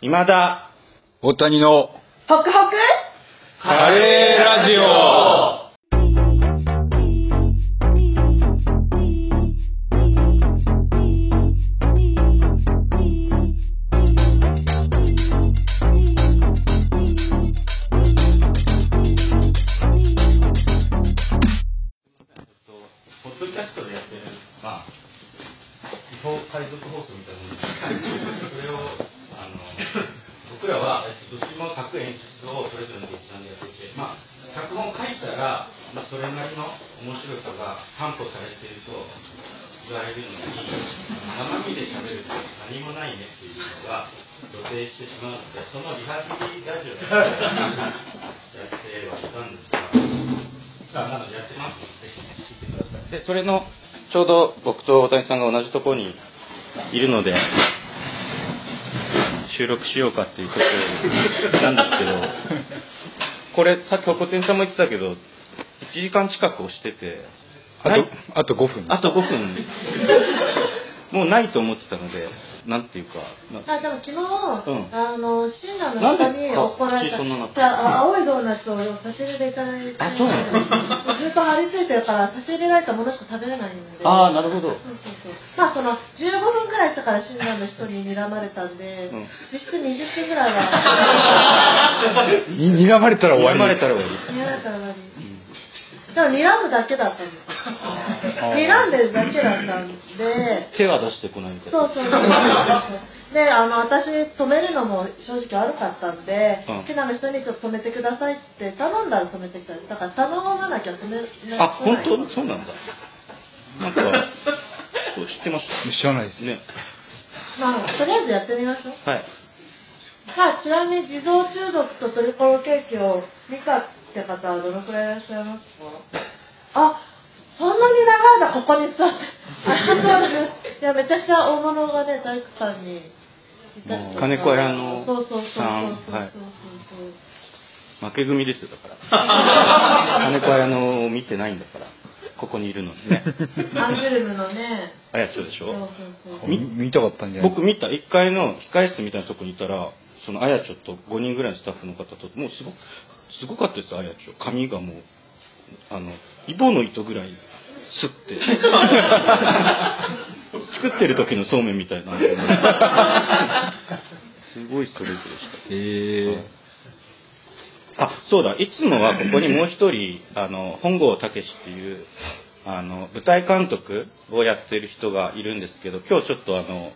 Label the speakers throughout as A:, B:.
A: 今田
B: 大谷の
C: ホクホク
B: カレーラジオ
A: ポッドキャストでやってるまあ違法海賊放送みたいなものですそれをあの僕らはえっとどっちも各演出をそれぞれの劇団でやっててまあ脚本書いたら、まあ、それなりの面白さが担保されていると言われるのに生身で喋ると何もないねっていうのが露呈してしまうのでそのリハビリラジオでやってはいたんですがまあなのでやってますのでぜひ聞いてくださいでそれのちょうど僕と大谷さんが同じところにいるので収録しようかっていうことなんですけどこれさっきホコテンさんも言ってたけど1時間近く押してて
B: あ
A: ない
B: とあと5分
A: あと5分もうないと思ってたのでなんていうか、まあ
C: あ、でも昨
A: ん
C: 日、あの、シンナーの方に怒られ
A: なんで口そんなの
C: た。あ青いドーナツを差し入れでいただいて、
A: あそうなの
C: ずっと張り付いてるから、差し入れられたものしか食べれないんで。
A: ああなるほど
C: そうそうそうまあその15分ぐらいしたから診断の人に睨まれたん
A: う
C: で、
A: ん
C: 実質20分ぐらいは
B: に睨まれたら終わ
A: 睨
B: り
A: まれたら終わり
C: 睨まれたら終わりでも睨むだけだったんです睨んでるだけだったんで
A: 手は出してこないみた
C: そ
A: いうな
C: そうそうそうであの私止めるのも正直悪かったんで
A: うん
C: 市ナの人にちょっと止めてくださいって頼んだら止めてきたんですだから頼まなきゃ止めない
A: あ本当そうなんだなんかそう知ってました
B: 知らないです、
A: ね
C: まあとりあえずやってみましょう
A: はい
C: さあ、ちなみに自動中毒とトリコロケーキを見たって方はどのくらいいらっしゃいますかあ、そんなに長い間ここに座って。 あ、そうです。いや、めちゃくちゃ大物がね、大工さんにいたりとか。
A: 金子屋の
C: そうそうそうそうそう
A: さん
C: そうそう。
A: はい負け組ですよだから 金子屋のを見てないんだからここにいるのにね
C: アンジュルムのね、
A: あやちょでし
C: そうそう
A: ょ
C: そう。
B: み見たかったんじゃない
A: 僕見た1階の控室みたいなとこにいたらそのあやちょと5人ぐらいのスタッフの方ともうすごくすごかったですあやちょ髪がもうあのイボの糸ぐらいスッ て作ってる時のそうめんみた いなすごいストレートでした
B: え
A: あそうだいつもはここにもう一人あの本郷武っていうあの舞台監督をやってる人がいるんですけど今日ちょっとあの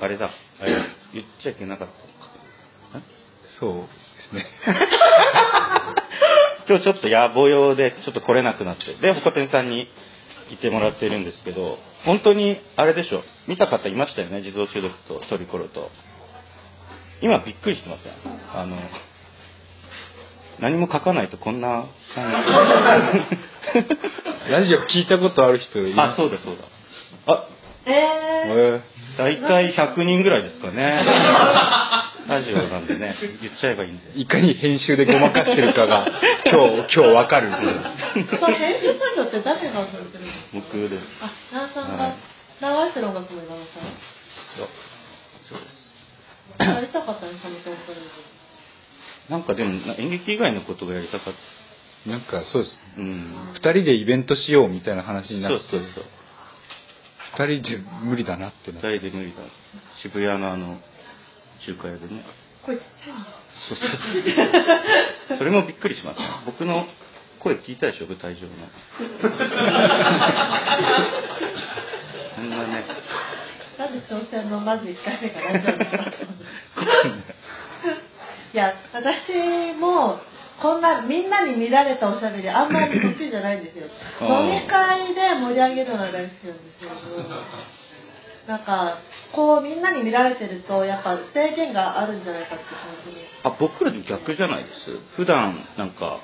A: あれだあれ言っちゃいけなかった
B: そうですね
A: 今日ちょっと野暮用でちょっと来れなくなってでホコテンさんにいてもらってるんですけど本当にあれでしょ見た方いましたよね自動中毒とトリコロと今びっくりしてますねあの何も書かないとこんな感
B: ラジオ聞いたことある人い
A: じあ
B: う
A: そうだそうだあ
C: えー、
B: え
A: 大体100人ぐらいですかねラジオなんでね言っちゃえばいいんで
B: ーいかに編集でごまかしてるか が今日今日わかる
C: その編集作業って誰がされてるの
A: 僕です
C: あ、奈良さん
A: は
C: が
A: い、
C: 流してる音楽も奈良さん。
A: そうそうです
C: やりたかったね、サムトンプレ
A: なんかでもな演劇以外のことがやりたかっ
B: なんかそうです
A: たうん
B: 2人でイベントしようみたいな話にな
A: そ
B: っ
A: う
B: て
A: そうそう
B: 2人で無理だなってなって
A: 二人で無理だ渋谷のあの中華屋でね
C: これちっちゃいんだ。
A: そうそうそうそれもびっくりしました僕の声聞いたでしょ舞台上のこんなね。
C: なんで挑戦のまず1回目が大丈夫だったのいや、私も、こんなみんなに見られたおしゃべりあんまり得意じゃないんですよ
A: あー
C: 飲み会で盛り上げるのが大好きなんですけど、なんかこうみんなに見られてるとやっぱ制限があるんじゃないかって感じで。
A: あ僕らと逆じゃないです普段なんか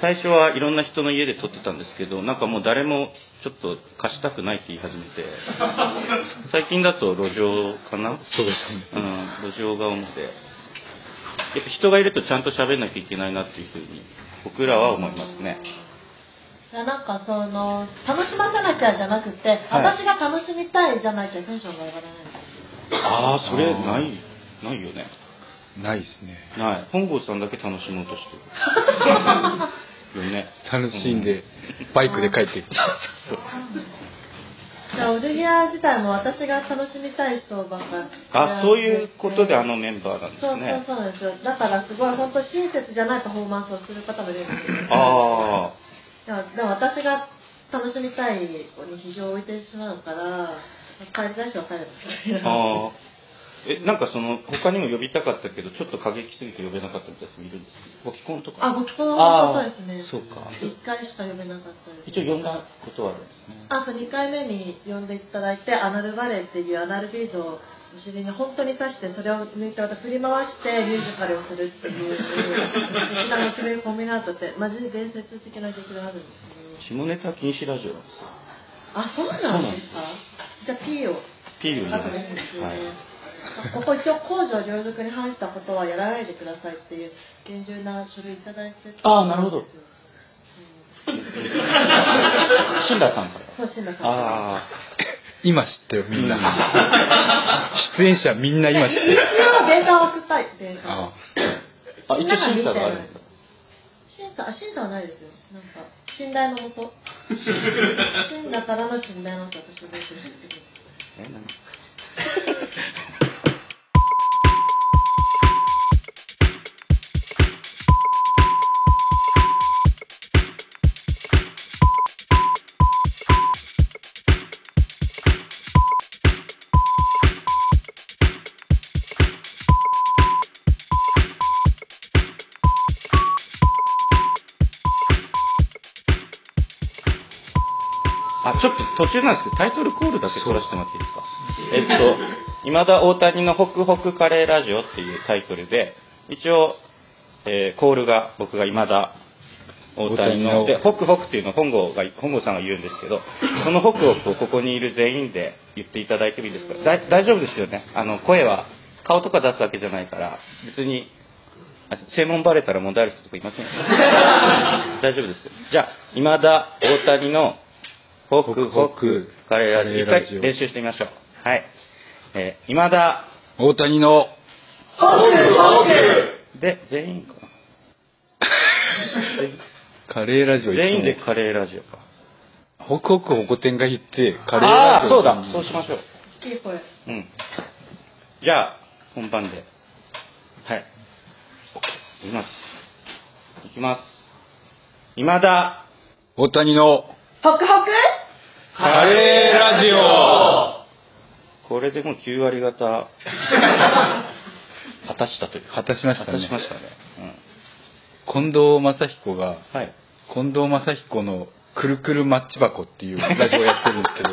A: 最初はいろんな人の家で撮ってたんですけどなんかもう誰もちょっと貸したくないって言い始めて最近だと路上かな
B: そうですね
A: うん、路上が主で。やっぱ人がいるとちゃんと喋んなきゃいけないなっていうふうに、僕らは思いますね。
C: いやなんかその楽しませなきゃじゃなくて、
A: はい
C: 私が楽しみたいじゃなきゃテンションが上がらないんですよ
A: ああそれないないよね
B: ないですね。
A: ない本郷さんだけ楽しもうとして るよね
B: 楽しんで、バイクで帰っていく。
C: じゃあ、オルギア自体も私が楽しみたい人ばっかり。
A: あそういうことであのメンバーなんで
C: そ
A: す
C: うそう
A: ね
C: そうなんですよ。だからすごい本当親切じゃないパフォーマンスをする方もいるんですよ。
A: あ
C: だからだから私が楽しみたい子に非常を置いてしまうから、帰りたい人は帰るみ
A: あ
C: たいな。
A: ああえなんかその他にも呼びたかったけどちょっと過激すぎて呼べなかった人もいるんですけどご既婚とか
C: あ、ご結婚は本当そうですね。
A: そうか
C: 一回しか呼べなかったです。
A: 一応呼んだことはあるんですね
C: あと2回目に呼んでいただいてアナルバレーっていうアナルビーズをお尻に本当に刺してそれを抜いてまた振り回してミュージカルをするっ ていう歌の決めるコンビナートってマジで伝説的な劇があるんですけど
A: 下ネタ禁止ラジオなんですよ
C: あそうなんですかじゃあ P を
A: ピールに
C: あと
A: で
C: ですすね、
A: はい
C: ここ一応公序良俗に反したことはやらないでくださいっていう厳重な書類いただいて
A: あーなるほど死んださんから
C: そう死んだから
A: ああ
B: 今知ったよ、みんな。出演者みんな今知って
C: 一
B: る。
C: 応データを送ったいデータを
B: あ
A: あ一応審査があるんだ
C: 審査あ審査はないですよなんか信頼のも と信だからの信頼のもと私はどうするんですけど
A: えなんかあ、ちょっと途中なんですけど、タイトルコールだけ取らせてもらっていいですか。えっと、今田大谷のホクホクカレーラジオっていうタイトルで、一応、えーコールが僕が今田大谷の、
B: 大谷の
A: で、ホクホクっていうのを本郷が、本郷さんが言うんですけど、そのホクホクをここにいる全員で言っていただいてもいいですかだい大丈夫ですよね。あの、声は、顔とか出すわけじゃないから、別に、あ正門バレたら問題ある人とかい ません大丈夫ですよ。じゃあ、今田大谷のホクホクカレーラジオ。一
B: カレーラジオ
A: 回練習してみましょう。はい。えー、今田
B: 大谷の、
A: で、全員かな。
B: カレーラジオいつも
A: 全員でカレーラジオか。
B: ホクホクホコ天が言って、カレーラ
A: ああ
B: ジ
A: ー、
B: オ。
A: そうだ。そうしましょう。
C: 大きい声
A: うん。じゃあ、本番で。はい。いきます。いきます。今田
B: 大谷の、
C: ホクホク
B: カレーラジオ
A: これでもう9割方果たしたという
B: 果たしましたね
A: 果たしましたね、
B: 近藤正彦が、
A: うん、はい
B: 近藤正彦のくるくるマッチ箱っていうラジオをやってるんですけ ど、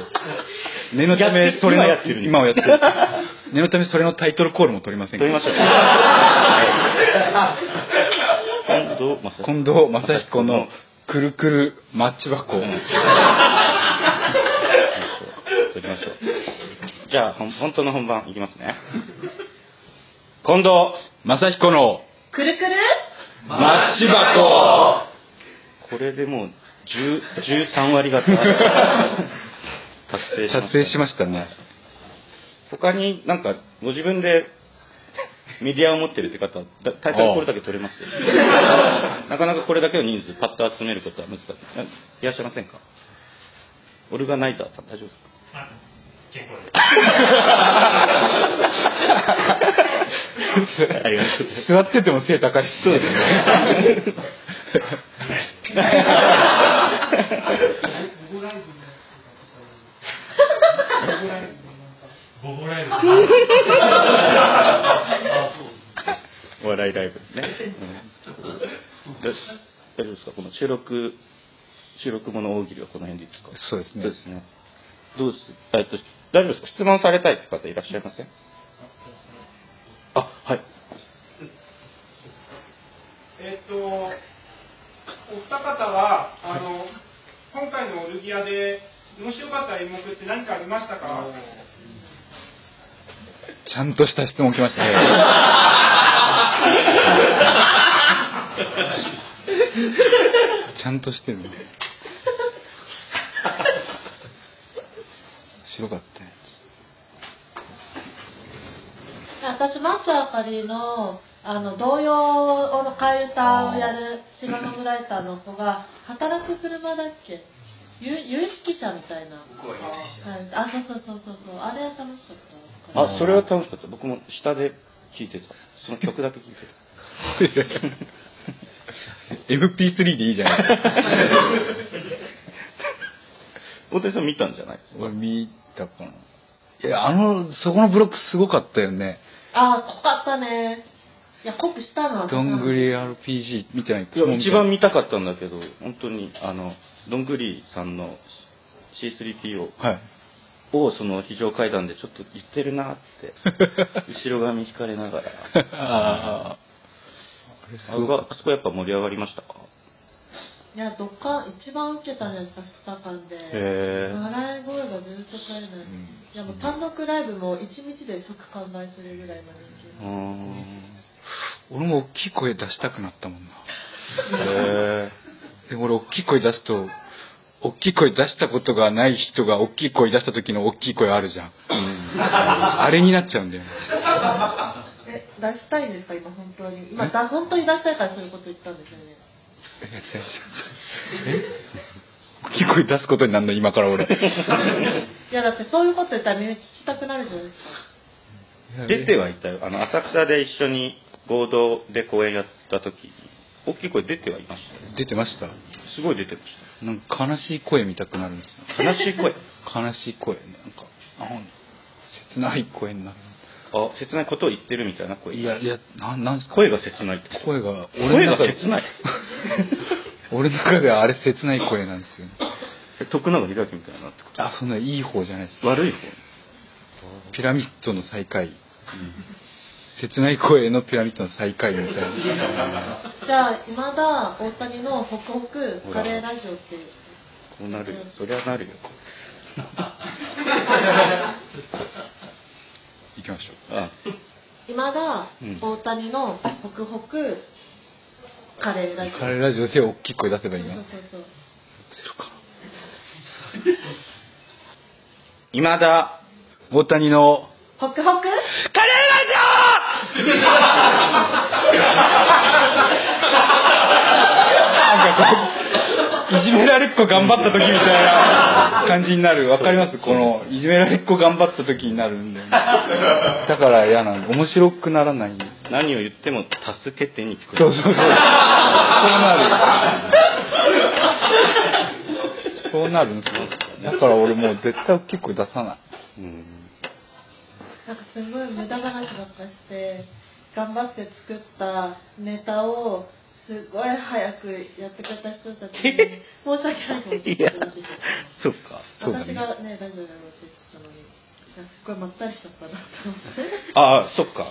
B: 念のた
A: やっ
B: め
A: て
B: それの、
A: 今やってるんです
B: 今をやってる。 念のためそれのタイトルコールも取りません
A: 撮りま
B: か
A: しょうはい近藤正彦
B: 近藤正彦のくるくるマッチ 箱。
A: 撮りましょうじゃあほん本当の本番いきますね近藤
B: 正彦の
C: くるくる
B: マッチ箱
A: これでもう10 13割方達成しました
B: 達成しましたね。
A: 他になんかご自分でメディアを持ってるって方だタイトルこれだけ取れますなかなかこれだけの人数パッと集めることは難しいあいらっしゃいませんかオルガナイザーさん大丈夫ですか結構ですありがとうございます
B: 座ってても背高いし。そうですね。
A: お笑いライブですね、うんよし大丈夫ですかこの収録収録後の大喜利はこの辺でいいですか
B: そうですね
A: そうですねどうですえっと大丈夫ですか質問されたいって方いらっしゃいませんあはい
D: えっと、お二方は、あの、今回のオルギアで面白かった演目って何かありましたか。
B: ちゃんとした質問来ましたね。ちゃんとしてるね。白かったや
C: 私、マッチョあかりの、あの、童謡の替え歌をやる、シガノムライターの子が、働く車だっけ有有識者みたいな。
E: 僕は有識者
C: はいあ、そうそうそうそうそう。あれは楽しかった。
A: あそれは楽しかった僕も下で聴いてたその曲だけ聴いてた
B: MP3 でいいじゃないですか。
A: 大谷さん見たんじゃないですか
B: 俺見たかな。いや、あの、そこのブロックすごかったよね。
C: あ、濃かったね。いや、濃くしたのは。
B: どんぐ。り RPG みたいな。
A: いや一番見たかったんだけど本当にあのどんぐりさんの C3PO
B: はい。
A: をその非常階段でちょっと言ってるなって 後ろ髪引かれな がら
B: あ
A: あそこあそこやっぱ盛り上がりましたか
C: いや、どっか、一番受けたね、2日間で。
A: へえ
C: 笑い声がずっと絶えない、
B: ん
C: いやもう単独ライブも一日で即完売するぐらいの
A: うー
C: 人気、
A: ん
B: 俺も大きい声出したくなったもん
A: へ
B: な。
A: え
B: でも俺大きい声出すと、大きい声出したことがない人が大きい声出した時の大きい声あるじゃん。あれになっちゃうんだよね。
C: え出したいんですか今本当に今だ本当に出したいからそういうこと言ったんですよね
B: 大きい声出すことになるの、今から俺。
C: いやだってそういうこと言ったらみんな聞きたくなるじゃないです
A: 出てはいたよあの浅草で一緒に合同で公演やった時に大きい声出てはいましたよ
B: 出てました
A: すごい出てまし
B: なんか悲しい声見たくなるんですよ。
A: た悲しい 声
B: 悲しい声なんかあの切ない声になる
A: あ切ないことを言ってるみたいな声
B: いやいやなんなんすか
A: 声が切ないって
B: 声が
A: 声が
B: で
A: 切ない
B: 俺の中ではあれ切ない声なんですよ、ね、
A: え徳永英明みたいになってこ
B: あそんないい方じゃないです
A: と悪い方
B: ピラミッドの最下位、切ない声のピラミッドの最下位みたいな
C: かじゃあ今田大谷のホクホク
A: ほら
C: カレーラジオっていう
A: こうなるよそりゃなるよ
B: 行きましょ
A: あ
C: 今田
A: うん
C: 大谷のホクホクカレーラジオ
B: うカレーラジオで大きい声出せばいいな
C: そう
B: 出せ
C: そうそう
B: る か
A: 今田
B: な大谷の
C: ホクホク
B: カレーラジオいじめられっ子頑張った時みたいな感じになるわかりますこのいじめられっ子頑張った時になるんでだから嫌なの面白くならない
A: 何を言っても「助けて」に聞こえる
B: そうそうそうそうなるそうなるんですよだから俺もう絶対大きい声出さない
A: うん
C: なんかすごい無駄話ばっかして頑張って作ったネタをすごい早くやってくれた人たちに申し訳ないと思って
A: いや
C: なってきちゃった
A: そっか
B: そうだね
C: 私がね大丈夫だよって言ってたのになんかすごいまったりしちゃったなと思って
A: ああそっか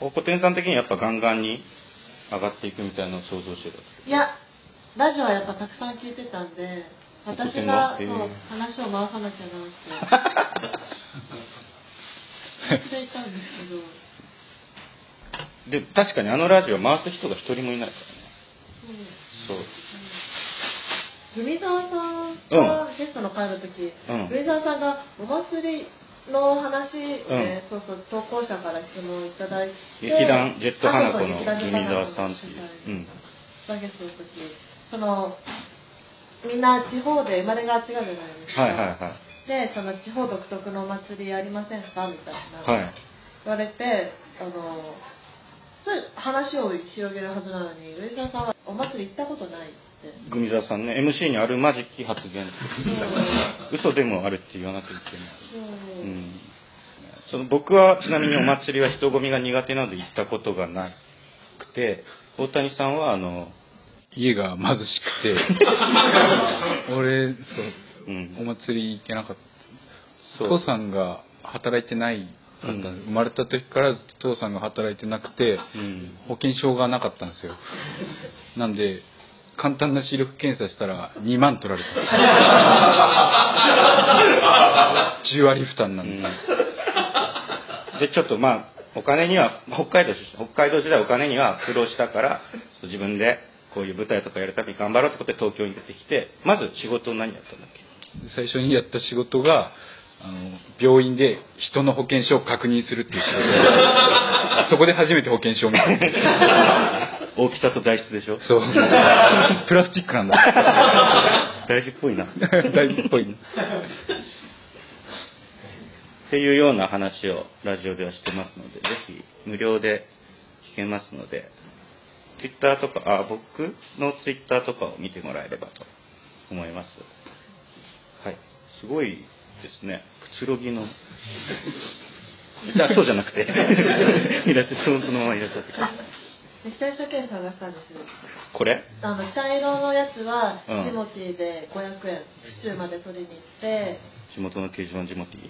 A: おこてんさん的にはやっぱガンガンに上がっていくみたいなのを想像してた
C: いやラジオはやっぱたくさん聞いてたんで私がそう話を回さなきゃな って忘れたんですけど
A: で確かにあのラジオ回す人が一人もいないからね
C: うん
A: そう
C: 海沢さんがゲストの会の時、
A: うん
C: 海沢さんがお祭りの話をね、そうそう投稿者から質問いただいて
A: 劇団ジェット花子の海
C: あそうそう劇団ジェッ
A: 沢
C: ト
A: さんっていう、
C: 花子の主催がゲストの時そのみんな地方で生まれが違うじゃないですか、
A: はいはいは
C: でその地方独特のお祭りありませんかみたいな、
A: いはい
C: 言われてあのそういう話を広げるはずなのに上沢さんはお祭り行ったことないって
A: グ沢さんね MC にあるまじき発言嘘でもあるって言わなきゃいけない、うん、その僕はちなみにお祭りは人混みが苦手なので行ったことがなくて大谷さんはあの、
B: 家が貧しく て俺そううお
A: ん、
B: 祭り行けなかった
A: そう
B: 父さんが働いてないかった、生まれた時からずっと父さんが働いてなくて
A: うん、
B: 保険証がなかったんですよなんで簡単な視力検査したら2万取られた10割負担な
A: うんん
B: で、
A: でちょっとまあお金には北海道出身北海道時代お金には苦労したからちょっと自分でこういう舞台とかやるために頑張ろうってことで東京に出てきてまず仕事何やったんだっけ
B: 最初にやった仕事があの病院で人の保険証を確認するっていう仕事そこで初めて保険証 を見たんです
A: 大きさと材質でしょ
B: そうプラスチックなんだ
A: 大事っぽいなっ
B: 大事っぽい
A: ていうような話をラジオではしてますのでぜひ無料で聞けますので Twitter とかあ僕の Twitter とかを見てもらえればと思いますはいすごいですねくつろぎのじゃあそうじゃなくて いらっしゃそのままいらっしゃって
C: めっちゃ一生懸命探したんですよ
A: これ
C: あの茶色のやつは
A: うん
C: ジモティーで500円府中まで取りに行って
A: 地元の掲示板ジモティ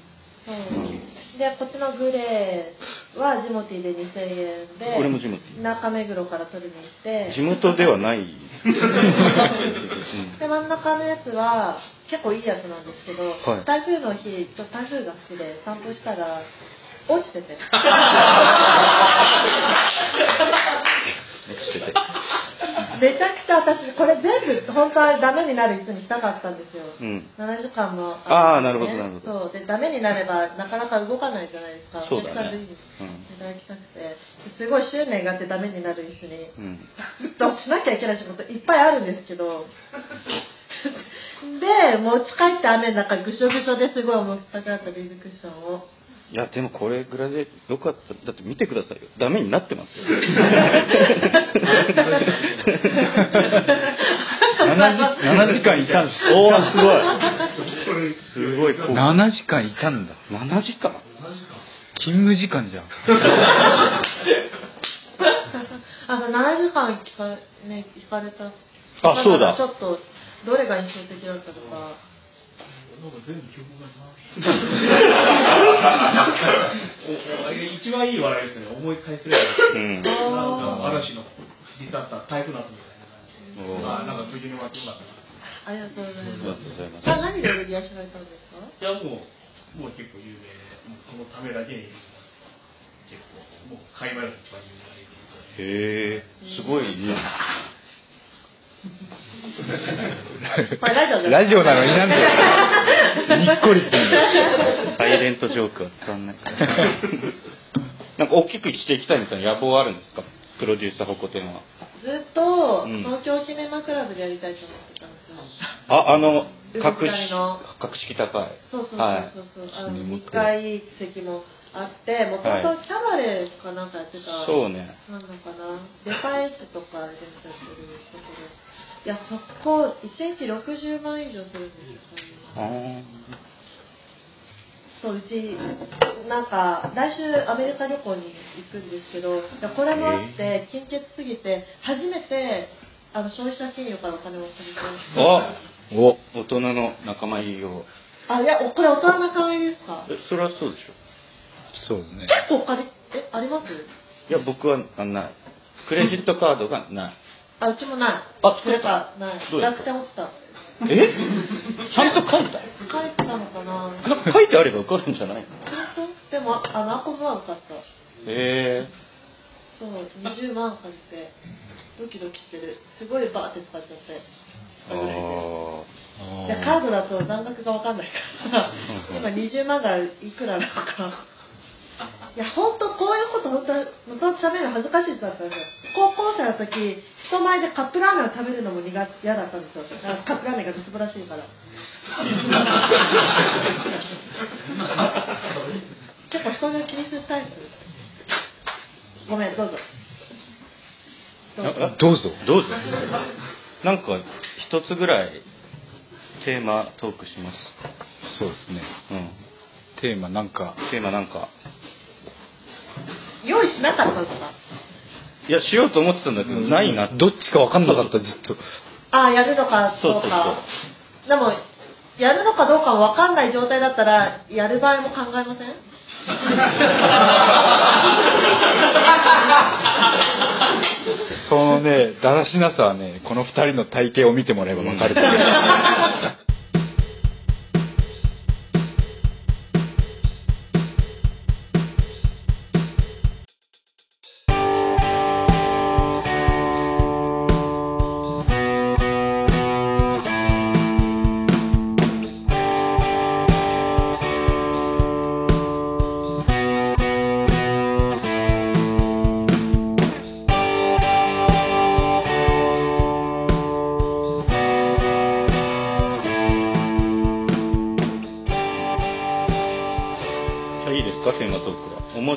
C: そうでこっちのグレーはジモティーで2000円で
A: これもジモティ
C: 中目黒から取りに行って
A: 地元ではない、
C: で真ん中のやつは結構いいやつなんですけど、
A: はい
C: 台風の日ちょっと台風が好きで散歩したら落ちて てめちゃくちゃ私これ全部本当はダメになる人にしたかったんですよ、
A: うん
C: 7時間も
A: あーなるほどなるほ
C: どそうでダメになればなかなか動かないじゃないですか
A: そうだね
C: お客さんにいただきたくてすごい執念があってダメになる人に
A: うん、
C: どうしなきゃいけない仕事いっぱいあるんですけどで持ち帰って雨の中ぐしょぐしょですごい重たくなったビーズクッションを
A: いやでもこれぐらいでよかっただって見てくださいよダメになってます よ
B: 7時 ,7 時間いたんです
A: おおすごいすごいこう
B: 7時間いたんだ
A: 7時間
B: 勤務時間じゃん
C: あの7時間聞か,、ね、聞かれた
A: あそうだ
C: ちょっとどれが印象的だったとか
E: あれ一番いい笑いですね思い返せ
A: う
E: る
A: ん
E: なんか
C: あ
E: 嵐のリタッタタイプナスみたいな感じ
A: おー
E: でまあ
A: あ
E: なんか無事に終わってよかったな
C: ーありがとうござい
A: りがと
C: ま
A: うございます
C: すあ何で売り出しられたんですか
E: いやもうもう結構有名でもうそのためだけに結構もう界隈で一番有名な
A: へえすごいね
C: これラジオじゃない
B: ラジオなのになんでにっこりしてる
A: サイレントジョークは使わないから なんか大きくしていきたいみたいな野望はあるんですかプロデューサーホコテンは
C: ずっと
A: うん
C: 東京シネマクラブでやりたいと思ってたんですよ
A: あ、あの、
C: うん
A: 格式
C: うるさいの、
A: 格式高い。
C: そうそうそう
A: はい
C: そう、そうあの
A: 死に
C: 2
A: 物
C: 階席もあってもともとキャバレーかなんかやってた、
A: そうね。
C: なんだかなデパイチとかでやってるところいやそこ1日60万以上するんですよ
A: あー
C: そううちなんか来週アメリカ旅行に行くんですけどいやこれもあって金欠すぎて初めてあの消費者金融からお金を借りて
A: あ
B: お
A: 大人の仲間入りを。
C: あいやおこれ大人の代わりですか
A: えそれはそうでし
B: そうだね
C: 結構借りえあります
A: ょ。いや、僕はあない。クレジットカードがない。
C: あうちもない
A: あ
C: それかない
A: どうです
C: 楽天落ちた
A: えちゃんと書いた
C: 書いてたのかな
A: か 書いてあれば受かるんじゃないの
C: 本当でもあのアコムは受かった
A: へえ
C: そう、20万借りて、ドキドキしてる。すごいバーって使っちゃって。
A: あー
C: いやカードだと残額が分かんないから、今20万がいくらなのか。いや、本当こういうこと本当元々喋るの恥ずかしい人だったんですよ。高校生の時、人前でカップラーメンを食べるのも苦手嫌だったんですよ。あカップラーメンがみすぼらしいから。結構人目を気にするタイプ。ごめん、どうぞ。どうぞ。
A: な
B: どうぞ
A: どうぞ。なんか、一つぐらい、テーマトークします。
B: そうですね
A: うん。
B: テーマなんか
A: テーマなんか。
C: 用意しなかったんですか
A: いや、しようと思ってたんだけど、ないなって。
B: どっちか分かんなかったずっと
C: ああやるのかど
A: そう
C: うか
A: そうそ
C: でもやるのかどうか分かんない状態だったらやる場合も考えません
B: そのねだらしなさはねこの二人の体型を見てもらえば分かると思う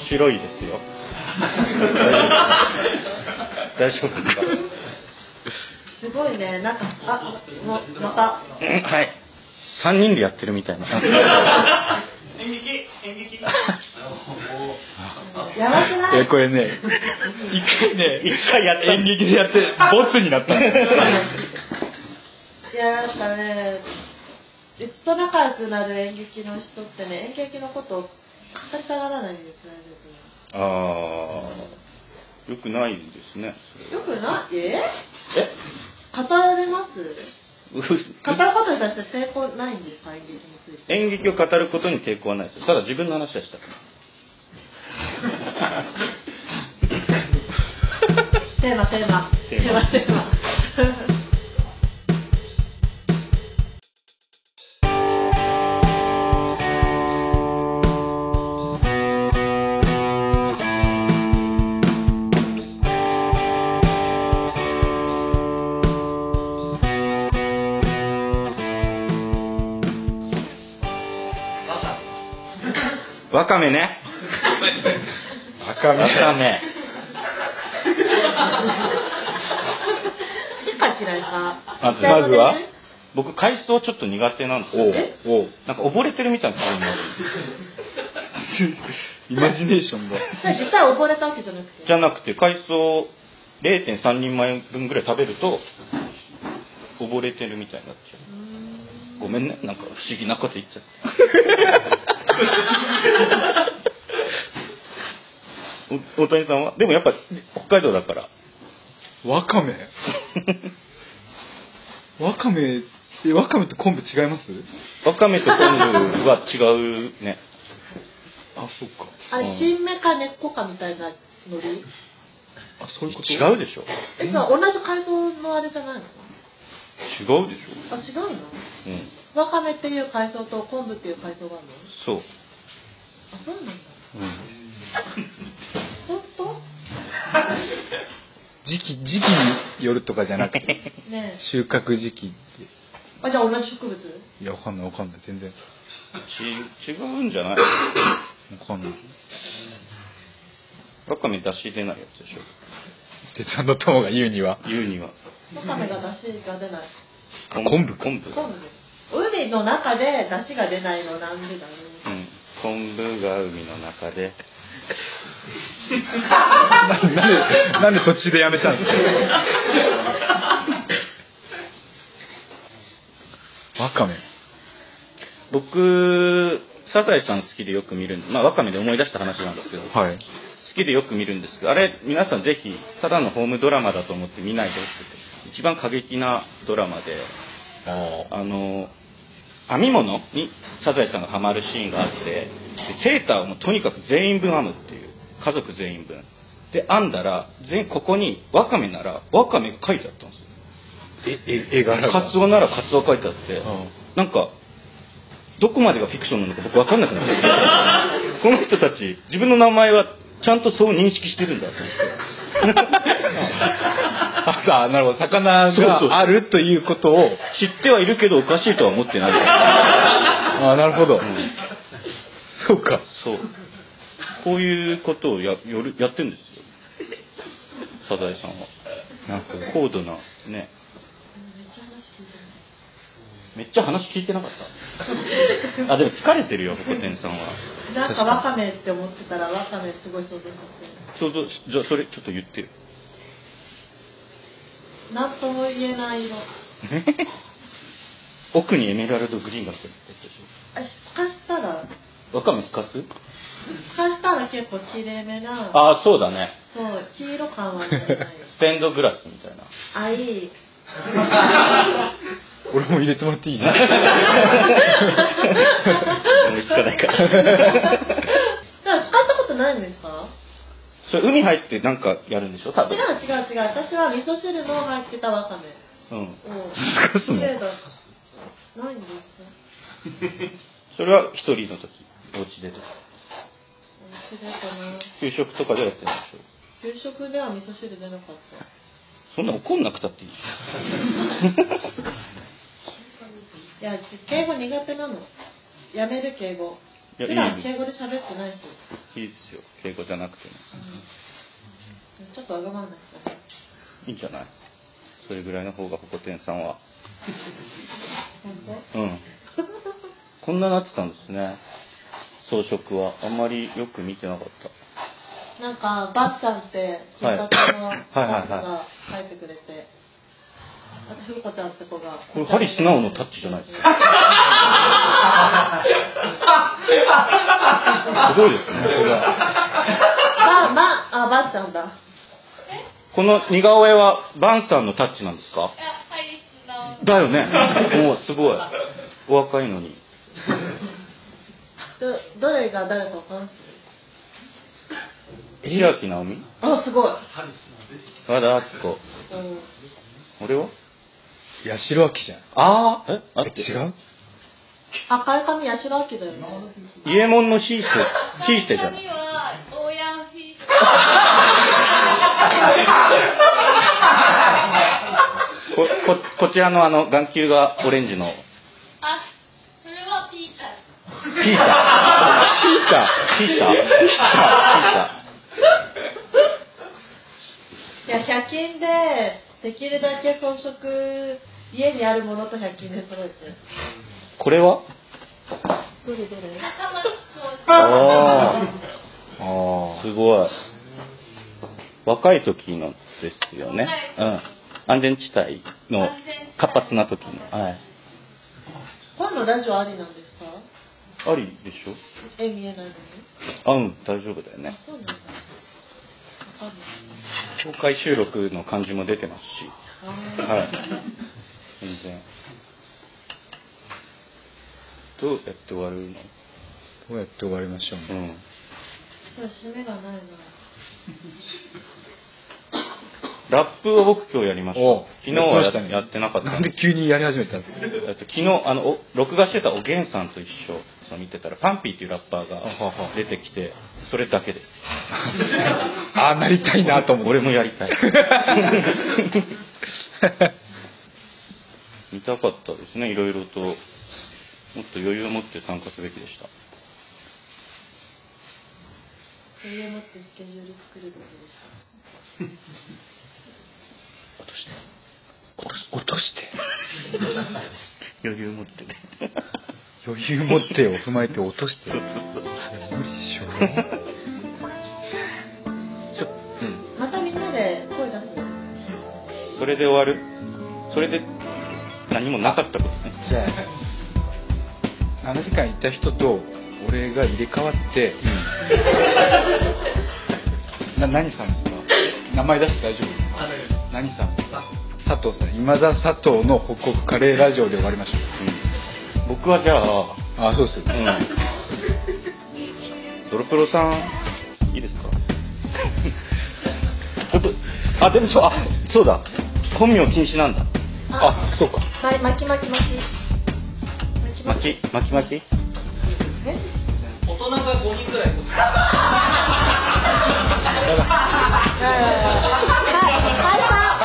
A: 白いです よ大丈夫ですか
C: すごいね、なんか、あ、もう、また。
A: うんはい3人でやってるみたいな
D: 演劇、演劇。
C: やばくない
B: えこれね一回ね
A: 一回やった
B: 演劇でやってボツになったの
C: いや、なんかね、うちと仲良くなる演劇の人ってね、演劇のことを語りたがらないんですよね、
A: ああよくないですね
C: 別によくないえ
A: え
C: 語れます
A: う
C: 語ることに対して抵抗ないんですか、演劇について。
A: 演劇を語ることに抵抗はないですただ自分の話はしたくない
C: テーマ、テーマ。テーマ、テーマ。
A: わかめね。わかめ。わかめ。
C: 一杯嫌いか。
A: まず
B: まずは
A: 僕、海藻ちょっと苦手なんですよ。
B: おお
A: なんか溺れてるみたいな感じになる
B: イマジネーションが
C: それ実際溺れたわけじゃなくて。
A: じゃなくて、海藻0.3人前分ぐらい食べると、溺れてるみたいになっちゃ
C: うーん
A: う。ごめんね、なんか不思議なこと言っちゃって。 お大谷さんはでもやっぱ北海道だから。
B: わかめわかめえわかめと昆布違います
A: わかめと昆布は違うね。
B: あそっか
C: あれ、新芽か根っこかみたいなノリ
B: あそういうこと
A: 違うでしょ
C: え、そう、同じ海藻のあれじゃないの
A: 違うでしょ
C: あ、違うの
A: うん、
C: わかめっていう海藻と昆布っていう海藻があるの
A: そう。
C: あ、そうなんだ。
A: うん、
C: 本
B: 時期時期によるとかじゃなく て
C: 当ねえ。
B: 収穫時期っ
C: あ、じゃあ同じ植物
B: ていやわかんないわかんない全然
A: ち違うんじゃない
B: わかんない
A: わかめ出し出ないやつでしょ
B: 鉄腕の友が言うには
A: 言うには。
C: わかめが出汁が出ない。
B: あ昆布
A: 昆布。
C: 昆布海の中で出汁が出ないのなんでだろ
A: う
C: う
A: ん。昆布が海の中で。
B: なんでなんで途中でやめたんですかわかめ
A: 僕、サザエさん好きでよく見るんで、まあわかめで思い出した話なんですけど、好
B: はい
A: きでよく見るんですけど、あれ皆さんぜひ、ただのホームドラマだと思って見ないでほしくて、一番過激なドラマで、
B: あ
A: あの編み物にサザエさんがハマるシーンがあってでセーターをもうとにかく全員分編むっていう家族全員分で編んだら全ここにワカメならワカメが書いてあったんですよ
B: え絵柄が
A: カツオならカツオ書いてあって、
B: うん
A: なんかどこまでがフィクションなのか僕分かんなくなっちゃって この人たち自分の名前はちゃんとそう認識してるんだと思って
B: あさあなるほど魚
A: そうそう
B: があるということを
A: 知ってはいるけどおかしいとは思ってない
B: あなるほど、そうか
A: そう。こういうことをやよるやってるんですよ。サザエさんは。
B: なんか
A: 高度な、ね。めっちゃ話聞いてなか った。あ、でも疲れてるよ、ホコテンさんは。
C: なんかわかめって思ってたらわかめすごい想像しちゃっ
A: ちょうど、じゃあそれちょっと言 ってよ。
C: て。なんとも言えない色。
A: 奥にエメラルドグリーンが入ってるって
C: あ、透かしたら、
A: わかめすかす
C: 透かしたら結構きれいめな、
A: ああ、そうだね。
C: そう、黄色感はねない。
A: ステンドグラスみたい な。
C: あ、いい。
B: 俺も入れてもらって いい
A: 思いつかないから。
C: じゃあ、使ったことないんですか
A: それ海入ってなんかやるんでしょ多
C: 違
A: 分。
C: う違う違う。私は味噌汁の入ってたわかめ
A: うん。
C: を。
A: すかすの
C: けれどないんですか
A: それは一人の時お家でとか
C: お家だかな。
A: 給食とかでやってないでしょ
C: 給食では味噌汁出なかった。
A: そんな怒んなくたっていいじ
C: いや、敬語苦手なの。やめる敬語。
A: ゃいや
C: 普
A: い
C: 段
A: い
C: 敬語で喋ってないし、
A: いいですよ敬語じゃなくても
C: ちょっとわがままになっちゃう。
A: いいんじゃないそれぐらいの方がほこてんさんは
C: 本
A: うんこんななってたんですね装飾はあんまりよく見てなかった
C: 当なんか、ばっちゃんって、新
A: はい
C: 作のスタッフが書いてくれて、あと、ふうこちゃんって子が。
A: これ針素直のタッチじゃないです
C: か。
A: すごいですねこれは
C: ば、ば、あ、ばっちゃんだ。
A: この似顔絵はバンさんのタッチなんですかだよねもうすごいお若いのに
C: ど、どれが誰かわかんない。
A: 白木直美
C: あ、すごい。
A: 和田敦子
C: うん。
A: 俺は
B: 八代亜紀じゃん。
A: ああえあ
B: え違う
C: 赤い髪、八代亜紀だよね。
A: 伊右衛門のシーセシーセ じゃないこここちらのあの眼球がオレンジのピーターピーターピーターピータ
C: いや、100均で、できるだけ装飾、家にあるものと100均で揃えて。
A: ーこれは
C: どれどれ
A: ああ
B: あ
A: すごい若い時のですよねうん安全地帯の活発な時のはい
C: 今度ラジオありなんですか
A: ありでしょ
C: 絵見えないのに。
A: あうん大丈夫だよね
C: そうなんだ。わかんない。
A: 公開収録の感じも出てますし
C: あ
A: はい全然どうやって終わるの
B: あ。こうやって終わりましょう
A: う
B: ね。
A: ん
C: ーそう、締めがないな。
A: ラップを僕今日やりました
B: おう
A: 昨日は
B: や
A: や,、
B: りましたね
A: ってなかった
B: なんで急にやり始めたんですか
A: えっと昨日あのお録画してたおげんさんと一緒その見てたらパンピーっていうラッパーが
B: はは
A: 出てきてそれだけです
B: ああ、なりたいなと思って。
A: 俺もやり たい見たかったですねいろいろともっと余裕を持って参加すべきでした
C: 余裕持ってスケジュール作るべきでした。
B: 落とし落として。
A: 余裕を持ってね
B: 余裕持ってを踏まえて落として。いや無理でしょ。
A: ちょうん
C: またみんなで声出すの
A: それで終わるそれで何もなかったことね
B: じゃあ、あの時間いた人と俺が入れ替わって、な何さんですか名前出して大丈夫ですか何さん佐藤さん今田佐藤の北国カレーラジオで終わりましょ
A: うん、僕はじゃあ
B: うああそうです、
A: ドロプロさんいいですか ちょっとあでもそうあそうだ本名禁止なんだ
B: あそうか
C: ま、巻き巻き巻き。巻
A: 巻き
C: き巻き。
A: 巻き巻き
C: え大人が5人ぐらい。はい、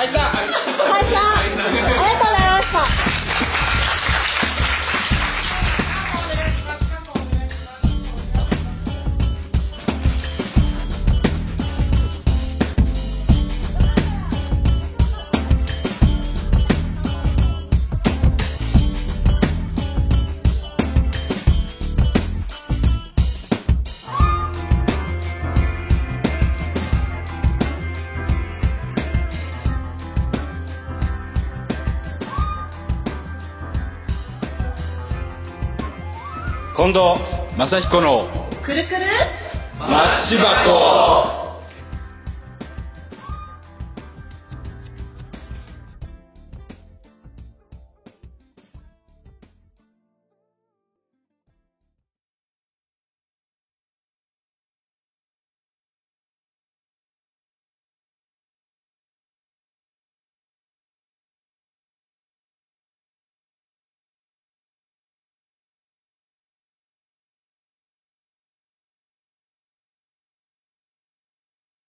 C: 解散。解散。ありがとうございました。
A: 近藤
B: 正彦の
C: くるくる。
B: マッチ箱